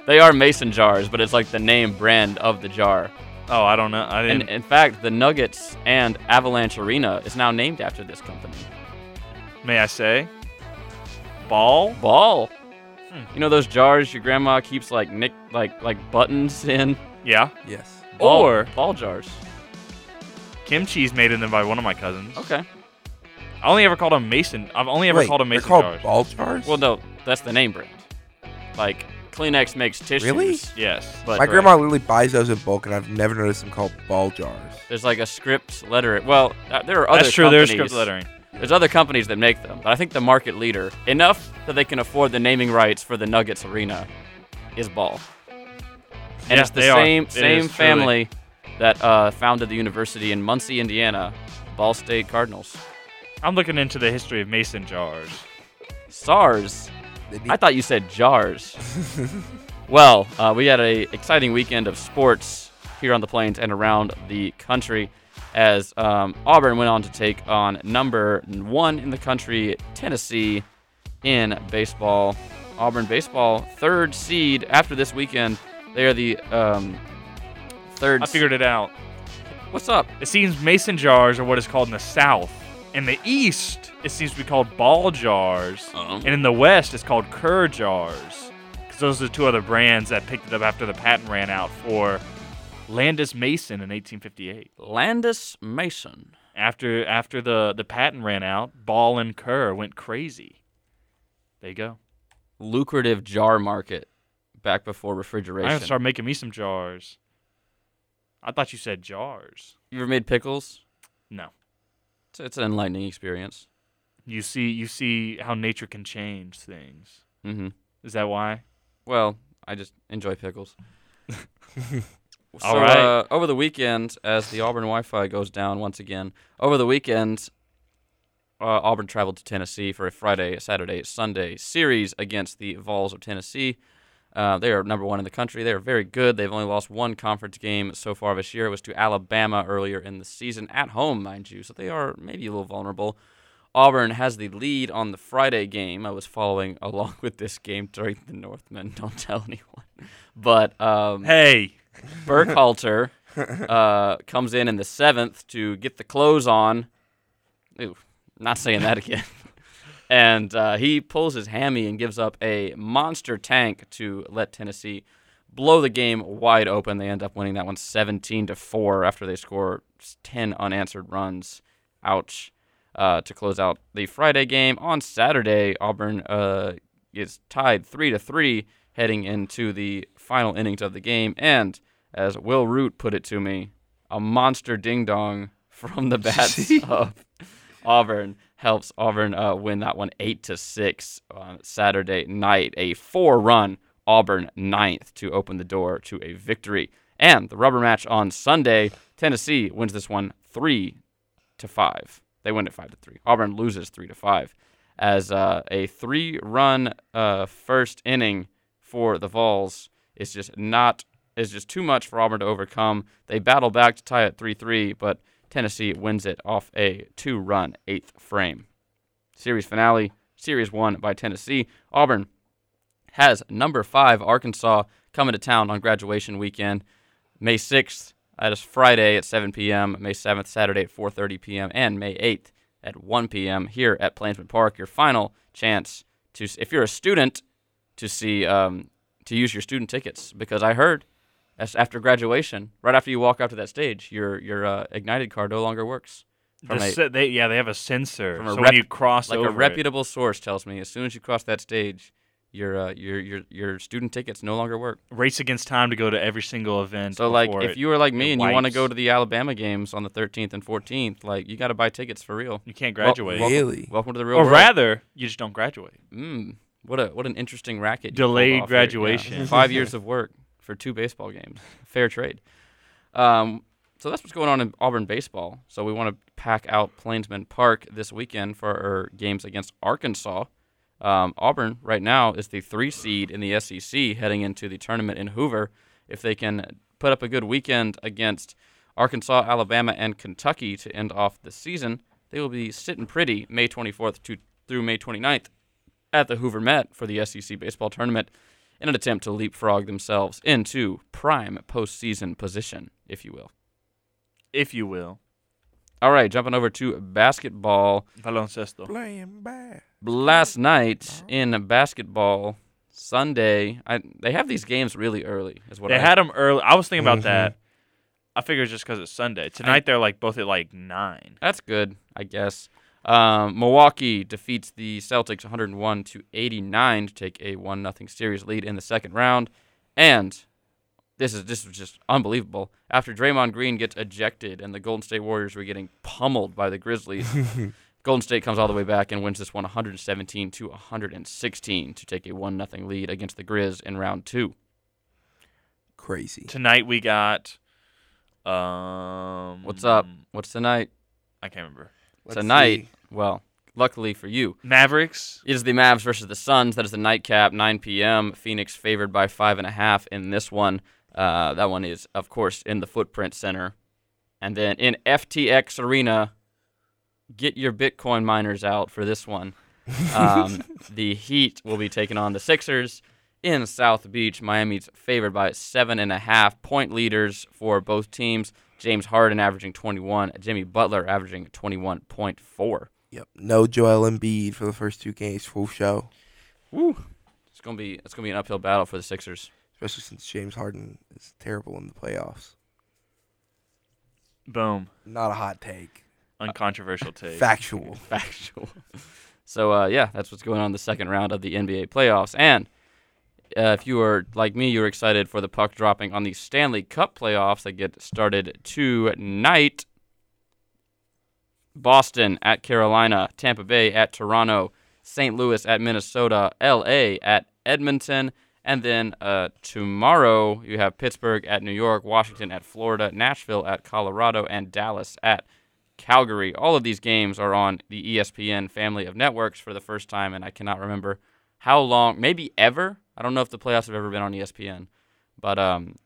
A: They are mason jars, but it's like the name brand of the jar.
B: Oh, I don't know. I didn't.
A: And in fact, the Nuggets and Avalanche Arena is now named after this company.
B: May I say? Ball?
A: Ball.
B: Hmm.
A: You know those jars your grandma keeps like nick like like buttons in?
B: Yeah.
C: Yes.
A: Ball,
B: Or-
A: ball jars.
B: Kimchi's made in them by one of my cousins.
A: Okay.
B: I only ever called them Mason. I've only ever
C: Wait,
B: called them
C: they're
B: Mason
C: called
B: jars.
C: ball jars.
A: Well, no, that's the name brand. Like Kleenex makes tissues.
C: Really?
B: Yes.
A: But
C: My grandma literally buys those in bulk, and I've never noticed them called ball jars.
A: There's like a script letter. Well, uh, there are other.
B: That's true. There's
A: Companies.
B: script lettering.
A: There's other companies that make them, but I think the market leader, enough that they can afford the naming rights for the Nuggets arena, is Ball. And
B: Yeah,
A: it's the
B: they are.
A: same
B: It
A: same
B: is, truly.
A: family that uh, founded the university in Muncie, Indiana, Ball State Cardinals.
B: I'm looking into the history of Mason jars.
A: SARS.
C: They need-
A: I thought you said jars. well, uh, we had a exciting weekend of sports here on the plains and around the country, as um, Auburn went on to take on number one in the country, Tennessee, in baseball. Auburn baseball, third seed after this weekend. They are the um, third.
B: I figured it out.
A: What's up?
B: It seems Mason jars are what is called in the South. In the East, it seems to be called ball jars.
A: Uh-huh.
B: And in the West, it's called Kerr jars. Because those are the two other brands that picked it up after the patent ran out for Landis Mason in 1858.
A: Landis Mason.
B: after after the the patent ran out, Ball and Kerr went crazy. There you go.
A: lucrative jar market back before refrigeration.
B: I gotta start making me some jars. I thought you said jars.
A: You ever made pickles?
B: No.
A: It's, it's an enlightening experience.
B: You see, you see how nature can change things.
A: hmm
B: Is that why?
A: Well, I just enjoy pickles. so,
B: All right.
A: uh, over the weekend, as the Auburn Wi Fi goes down once again, over the weekend, uh, Auburn traveled to Tennessee for a Friday, Saturday, Sunday series against the Vols of Tennessee. Uh, they are number one in the country. They are very good. They've only lost one conference game so far this year. It was to Alabama earlier in the season, at home, mind you. So they are maybe a little vulnerable. Auburn has the lead on the Friday game. I was following along with this game during the Northmen. Don't tell anyone. But um,
B: Hey,
A: Burkhalter uh, comes in in the seventh to get the close on. Ooh, not saying that again. and uh, he pulls his hammy and gives up a monster tank to let Tennessee blow the game wide open. They end up winning that one 17 to four after they score 10 unanswered runs. Ouch. Uh, to close out the Friday game on Saturday, Auburn uh, is tied three to three heading into the final innings of the game. And as Will Root put it to me, a monster ding dong from the bats of Auburn helps Auburn uh, win that one eight to six on Saturday night. A four run Auburn ninth to open the door to a victory. And the rubber match on Sunday, Tennessee wins this one three to five. They win it five to three. Auburn loses three to five, as uh, a three-run uh, first inning for the Vols is just not is just too much for Auburn to overcome. They battle back to tie at three-three, but Tennessee wins it off a two-run eighth frame. Series finale, series won by Tennessee. Auburn has number five Arkansas coming to town on graduation weekend, May 6th. That is Friday at 7 p.m., May 7th, Saturday at 4:30 p.m., and May 8th at 1 p.m. here at Plainsman Park. Your final chance to, if you're a student, to see um, to use your student tickets because I heard as after graduation, right after you walk out to that stage, your your uh, ignited card no longer works.
B: the
A: From a-
B: se- they, yeah, they have a sensor.
A: from a
B: so
A: rep-
B: when you cross
A: like
B: over
A: a
B: it-
A: reputable source tells me as soon as you cross that stage your uh, your your your student tickets no longer work
B: race against time to go to every single event.
A: so like
B: before
A: if
B: it-
A: you were like me
B: it
A: and you want to
B: wipes.
A: go to the alabama games on the 13th and 14th like you got to buy tickets for real
B: you can't graduate,
A: Welcome-
C: Really?
A: welcome to the real
B: or
A: world
B: rather, you just don't graduate.
A: mm, what a what an interesting racket you
B: Delayed
A: pulled off here. Yeah.
B: graduation.
A: five years of work for two baseball games fair trade um, so that's what's going on in auburn baseball so we want to pack out plainsman park this weekend for our games against arkansas Um, Auburn right now is the three seed in the SEC heading into the tournament in Hoover. If they can put up a good weekend against Arkansas, Alabama, and Kentucky to end off the season, they will be sitting pretty May 24th to, through May 29th at the Hoover Met for the SEC baseball tournament in an attempt to leapfrog themselves into prime postseason position, if you will.
B: If you will,
A: All right, jumping over to basketball.
B: baloncesto.
C: Playing bad.
A: last night in basketball Sunday, I, they have these games really early. Is what
B: They
A: I,
B: had them early. I was thinking about
C: Mhm.
B: that. I figure it's just because it's Sunday. Tonight they're like both at like nine.
A: That's good, I guess. Um, Milwaukee defeats the Celtics 101 to 89 to take a one nothing series lead in the second round, and this is this was just unbelievable. After Draymond Green gets ejected and the Golden State Warriors were getting pummeled by the Grizzlies, Golden State comes all the way back and wins this one 117 to 116 to take a one nothing lead against the Grizz in round two.
C: Crazy.
B: Tonight we got. Um,
A: What's up? What's tonight?
B: I can't remember.
C: Let's
A: tonight,
C: see.
A: well, luckily for you,
B: Mavericks.
A: it is the Mavs versus the Suns. That is the nightcap, 9 p.m. Phoenix favored by five and a half in this one. Uh, that one is, of course, in the Footprint Center, and then in FTX Arena. Get your Bitcoin miners out for this one. Um, the Heat will be taking on the Sixers in South Beach. Miami's favored by seven and a half point leaders for both teams. James Harden averaging 21, Jimmy Butler averaging 21.4.
C: Yep. No Joel Embiid for the first two games. Full show.
A: Woo. It's gonna be it's gonna be an uphill battle for the Sixers.
C: Especially since James Harden is terrible in the playoffs.
B: Boom.
C: Not a hot take.
B: Uncontroversial take.
C: Factual.
A: Factual. So uh, yeah, that's what's going on in the second round of the NBA playoffs. And uh, if you are like me, you're excited for the puck dropping on the Stanley Cup playoffs that get started tonight. Boston at Carolina, Tampa Bay at Toronto, St. Louis at Minnesota, L.A. at Edmonton, and then uh, tomorrow you have Pittsburgh at New York, Washington at Florida, Nashville at Colorado, and Dallas at Calgary. All of these games are on the E ESPN family of networks for the first time, and I cannot remember how long, maybe ever. I don't know if the playoffs have ever been on E ESPN, but um,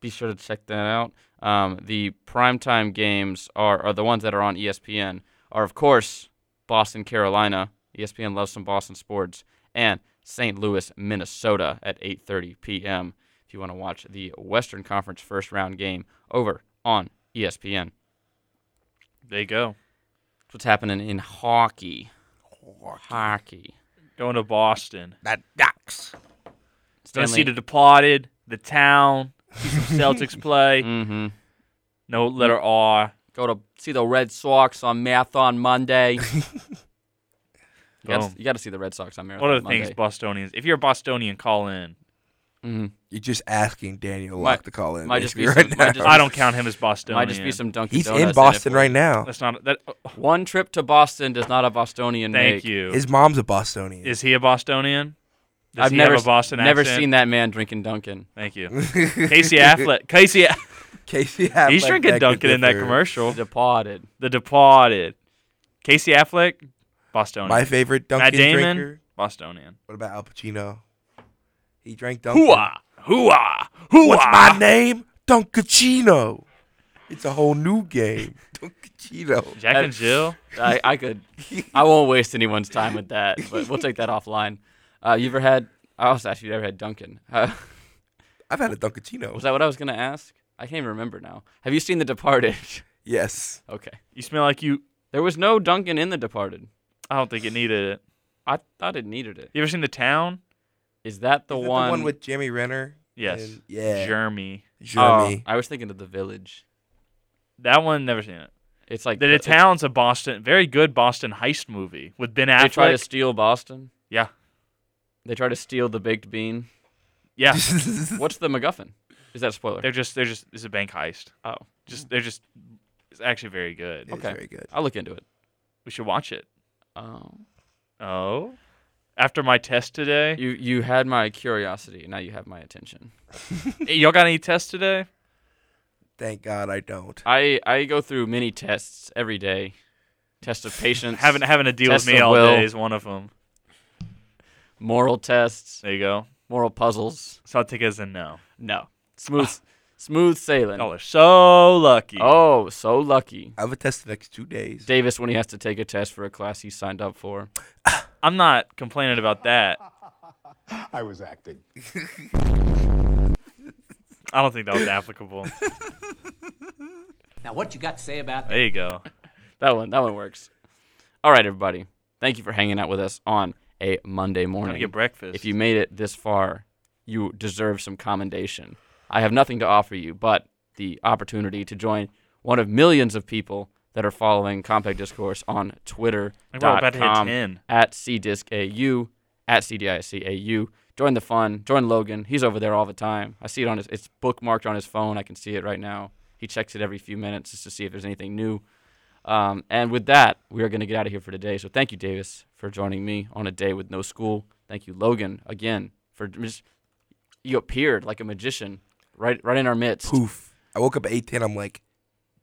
A: be sure to check that out. Um, the primetime games are, are the ones that are on E ESPN are of course Boston, Carolina. E ESPN loves some Boston sports and St. Louis, Minnesota at 8:30 p.m. If you want to watch the Western Conference first round game over on E ESPN.
B: There you go.
A: That's what's happening in hockey. Hockey.
B: Going to Boston.
C: That ducks.
B: Gonna see the Departed, the Town, see some Celtics play.
A: hmm
B: No
A: Mm-hmm.
B: letter R.
A: Go to see the Red Sox on Math on Monday. You gotta-
B: Boom.
A: you got to see the Red Sox on Marathon
B: One of the
A: Monday.
B: things Bostonians, if you're a Bostonian, call in.
A: Mhm.
C: You're just asking Daniel
A: Might-
C: Locke to call in.
A: might just
C: basically,
A: be
C: right
A: some-
C: now.
A: might just-
B: I don't count him as Bostonian.
A: Might just be some Dunkin'
C: He's
A: Donuts
C: in Boston
A: it for
C: right
A: you.
C: now.
B: That's not that. oh,
A: One trip to Boston does not a Bostonian
B: thank
A: make.
B: you. Is,
C: His mom's a Bostonian.
B: he a Bostonian? Does
A: I've
B: he
A: never
B: have a Boston
A: never
B: accent?
A: seen that man drinking Dunkin'.
B: Thank you. Casey Affleck. Casey. A-
C: Casey Affleck.
B: He's drinking
C: Beckham
B: Dunkin' in that
C: III.
B: commercial.
A: Departed.
B: The Departed. Casey Affleck. Bostonian.
C: My favorite
B: Matt
C: Dunkin'
B: Damon.
C: drinker.
B: Bostonian.
C: What about Al Pacino? He drank Dunkin'.
B: Hooah! Hooah! Hooah!
C: What's my name? Dunkachino. It's a whole new game. Dunkachino.
B: Jack and Jill.
A: I, I could. I won't waste anyone's time with that. But we'll take that offline. Uh, you ever had? I was actually never had Dunkin'. Uh,
C: I've had a Dunkachino.
A: was that what I was gonna ask? I can't even remember now. Have you seen The Departed?
C: Yes.
A: okay.
B: You smell like you.
A: There was no Dunkin' in The Departed.
B: I don't think it needed it.
A: I thought it needed it.
B: You ever seen The Town?
A: Is that the
C: Is that
A: one?
C: the one with Jeremy Renner.
B: Yes.
C: And- yeah.
B: Jeremy.
A: Oh,
C: Jeremy.
A: I was thinking of The Village.
B: That one never seen it.
A: It's like
B: The,
A: the-
B: the Town's a Boston, very good Boston heist movie with Ben Affleck.
A: They try to steal Boston.
B: Yeah.
A: They try to steal the baked bean.
B: yeah,
A: What's the MacGuffin? Is that a spoiler?
B: they're just they're just it's a bank heist.
A: oh,
B: Just they're just it's actually very good.
C: It's
A: okay.
C: very good.
A: I'll look into it.
B: We should watch it.
A: Oh,
B: Oh, after my test today,
A: you you had my curiosity. Now you have my attention.
B: Hey, y'all got any tests today?
C: Thank God I don't.
A: I I go through many tests every day. Test of patience,
B: Having having to deal
A: Test
B: with me
A: of
B: all
A: will.
B: day is one of them.
A: moral tests,
B: There you go.
A: moral puzzles.
B: So I'll take it as a no.
A: No, smooth smooth sailing.
B: Y'all are so lucky.
A: Oh, so lucky.
C: I have a test the next two days.
A: Davis when he has to take a test for a class he signed up for.
B: I'm not complaining about that.
D: I was acting.
B: I don't think that was applicable.
E: Now, what you got to say about
B: there you go.
A: That one that one works. All right, everybody. Thank you for hanging out with us on a Monday
B: Gotta
A: morning.
B: get breakfast.
A: Mm-hmm. if you made it this far, you deserve some commendation. I have nothing to offer you but the opportunity to join one of millions of people that are following Compact Discourse on Twitter.
B: I think we're about to hit 10.
A: At CDiscAU, at CDICAU. Join the fun. Join Logan. He's over there all the time. I see it on his, it's bookmarked on his phone. I can see it right now. He checks it every few minutes just to see if there's anything new. Um, and with that, we are going to get out of here for today. So thank you, Davis, for joining me on a day with no school. Thank you, Logan, again for just you appeared like a magician right right in our midst.
C: Poof. I woke up at eight ten. I'm like,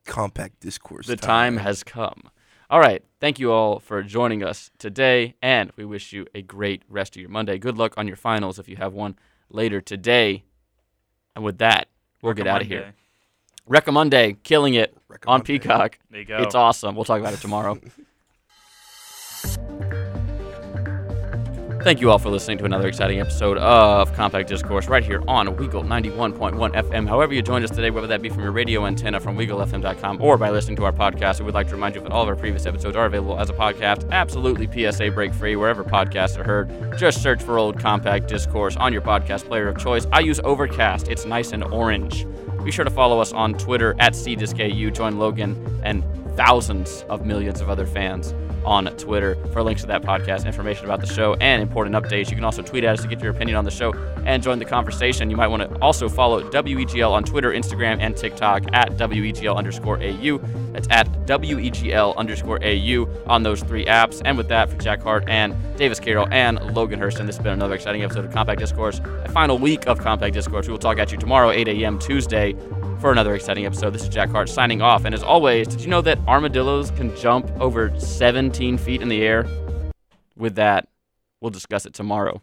C: compact discourse.
A: The time has come. All right. Thank you all for joining us today, and we wish you a great rest of your Monday. Good luck on your finals if you have one later today. And with that, we'll get out of here.
B: Monday.
A: Recommande, killing it on
C: Recommande.
A: Peacock.
B: There you go.
A: It's awesome. We'll talk about it tomorrow. Thank you all for listening to another exciting episode of Compact Discourse right here on Weagle 91.1 FM. However, you joined us today, whether that be from your radio antenna from WeagleFM.com or by listening to our podcast, we would like to remind you that all of our previous episodes are available as a podcast, absolutely PSA break free, wherever podcasts are heard. Just search for Old Compact Discourse on your podcast player of choice. I use Overcast, it's nice and orange. Be sure to follow us on Twitter at CDiscAU, join Logan and thousands of millions of other fans on Twitter for links to that podcast, information about the show, and important updates. You can also tweet at us to get your opinion on the show and join the conversation. You might want to also follow WEGL on Twitter, Instagram, and TikTok at WEGL underscore AU. That's at WEGL underscore AU on those three apps. And with that, for Jack Hart and Davis Carroll and Logan Hurston, this has been another exciting episode of Compact Discourse, a final week of Compact Discourse. We will talk at you tomorrow, 8 a.m. Tuesday, for another exciting episode. This is Jack Hart signing off. And as always, did you know that armadillos can jump over 17 feet in the air? With that, we'll discuss it tomorrow.